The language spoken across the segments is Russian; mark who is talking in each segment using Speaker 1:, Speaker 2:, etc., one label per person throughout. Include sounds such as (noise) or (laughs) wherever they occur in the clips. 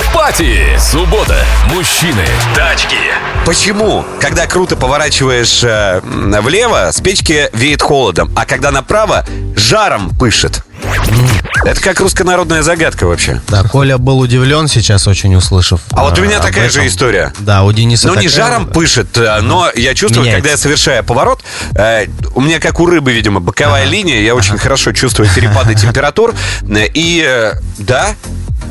Speaker 1: Кстати, суббота, мужчины, тачки.
Speaker 2: Почему, когда круто поворачиваешь э, м, влево, с печки веет холодом, а когда направо, жаром пышет? Это как руссконародная загадка вообще.
Speaker 3: Да, Коля был удивлен сейчас, очень услышав.
Speaker 2: А вот у
Speaker 3: э,
Speaker 2: меня
Speaker 3: об
Speaker 2: такая же
Speaker 3: этом.
Speaker 2: история.
Speaker 3: Да, у Дениса
Speaker 2: Ну, не
Speaker 3: такая-
Speaker 2: жаром пышет, э, но я чувствую,
Speaker 3: Меняется.
Speaker 2: когда я совершаю поворот, э, у меня как у рыбы, видимо, боковая линия, я очень хорошо чувствую
Speaker 3: (laughs)
Speaker 2: перепады температур, э, и э, да,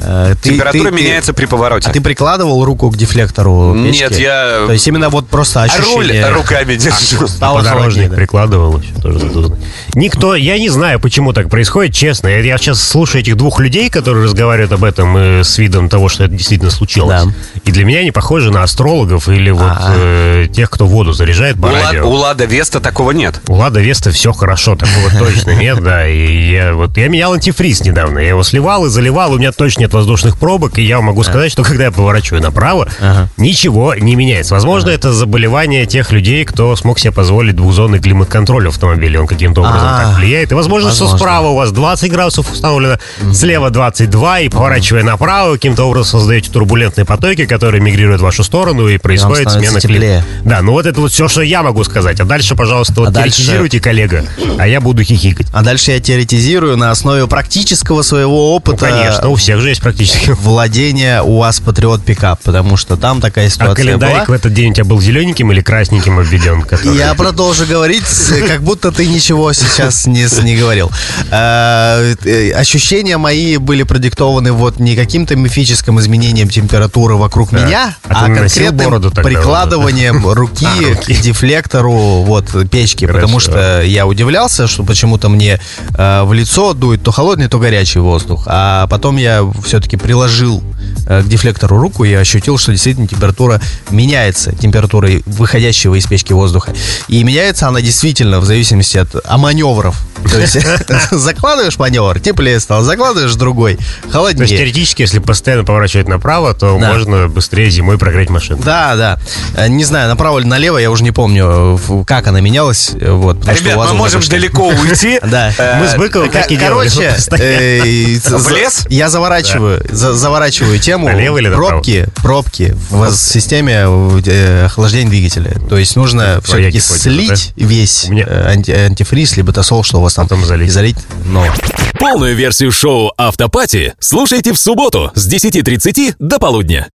Speaker 3: э, ты-
Speaker 2: температура
Speaker 3: ты- ты-
Speaker 2: меняется при повороте.
Speaker 3: А ты прикладывал руку к дефлектору?
Speaker 2: Нет,
Speaker 3: печки?
Speaker 2: я-
Speaker 3: То есть именно вот просто
Speaker 2: А руль
Speaker 3: ощущение...
Speaker 2: руками держу.
Speaker 3: Стало сложнее.
Speaker 4: Подорожник
Speaker 3: да.
Speaker 4: прикладывал еще тоже задумано. Никто, я не знаю, почему так происходит, честно. Я я сейчас слушаю этих двух людей, которые разговаривают об этом э, с видом того, что это действительно случилось.
Speaker 3: Да.
Speaker 4: И для меня они похожи на астрологов или вот
Speaker 3: А.
Speaker 4: э, тех, кто воду заряжает
Speaker 2: У
Speaker 4: по
Speaker 2: Лад- у
Speaker 4: радио.
Speaker 2: Лада Веста такого нет.
Speaker 4: У Лада Веста все
Speaker 3: (laughs)
Speaker 4: хорошо, такого точно нет, да. И я вот я менял антифриз недавно. Я его сливал и заливал, у меня точно нет воздушных пробок, и я вам могу сказать, что когда я поворачиваю направо,
Speaker 3: Ага.
Speaker 4: ничего не меняется. Возможно, это заболевание тех людей, кто смог себе позволить двухзонный климат-контроль в автомобиле. Он каким-то образом
Speaker 3: А,
Speaker 4: так влияет. И возможно, что
Speaker 3: возможно.
Speaker 4: справа у вас 20 градусов установлено, слева 22, и поворачивая направо, каким-то образом создаете турбулентные потоки, которые мигрируют в вашу сторону, и происходит
Speaker 3: становится
Speaker 4: смена климата.
Speaker 3: теплее.
Speaker 4: Да, ну вот это вот все, что я могу сказать. А дальше, пожалуйста, вот
Speaker 3: А дальше-
Speaker 4: теоретизируйте, коллега, а я буду хихикать.
Speaker 3: А дальше я теоретизирую на основе практического своего
Speaker 4: Ну,
Speaker 3: опыта.
Speaker 4: конечно, у всех же есть практически.
Speaker 3: Владения УАЗ Патриот Пикап, потому что там такая
Speaker 4: А
Speaker 3: ситуация была.
Speaker 4: календарик в этот день у тебя был зелененьким или красненьким обведен? который-
Speaker 3: Я продолжу говорить, с- как будто ты ничего сейчас не, с- не говорил. Э, э, Ощущения мои были продиктованы вот не каким-то мифическим изменением температуры вокруг меня,
Speaker 4: А
Speaker 3: а,
Speaker 4: ты наносил
Speaker 3: конкретным
Speaker 4: бороду тогда уже, да? А,
Speaker 3: прикладыванием
Speaker 4: (laughs)
Speaker 3: руки к дефлектору вот печки, потому что э, я удивлялся, что почему-то мне э, в лицо дует то холодный, то горячий воздух, а потом я все-таки приложил э, к дефлектору руку и ощутил, что действительно температура меняется, температура выходящего из печки воздуха. И меняется она действительно в зависимости от а маневров. То есть (laughs) закладываешь маневр, теплее стал, закладываешь другой,
Speaker 4: То есть
Speaker 3: холоднее.
Speaker 4: теоретически, если постоянно поворачивать направо, то
Speaker 3: Да.
Speaker 4: можно быстрее зимой прогреть машину.
Speaker 3: Да, да. Э, Не знаю, направо или налево, я уже не помню, э, в- как она менялась. э, Вот, потому что
Speaker 2: Ребят,
Speaker 3: у вас
Speaker 2: мы
Speaker 3: вот
Speaker 2: можем
Speaker 3: это что-
Speaker 2: далеко
Speaker 3: (laughs)
Speaker 2: уйти.
Speaker 3: Да.
Speaker 2: Э,
Speaker 4: Мы с Быковым
Speaker 3: Ко-
Speaker 4: так и делали.
Speaker 3: Короче, э, (laughs) за-
Speaker 2: В лес?
Speaker 3: Я заворачиваю, за- заворачиваю тему.
Speaker 4: Налево или направо?
Speaker 3: Пробки, пробки в системе э, охлаждения двигателя. То есть нужно все-таки
Speaker 4: Свояки ходят,
Speaker 3: слить весь
Speaker 4: У меня-
Speaker 3: э, анти- антифриз, либо тосол, что у вас там.
Speaker 4: Потом залить.
Speaker 3: И залить. Но.
Speaker 1: Полную версию шоу «Автопати» слушайте в субботу с 10.30 до полудня.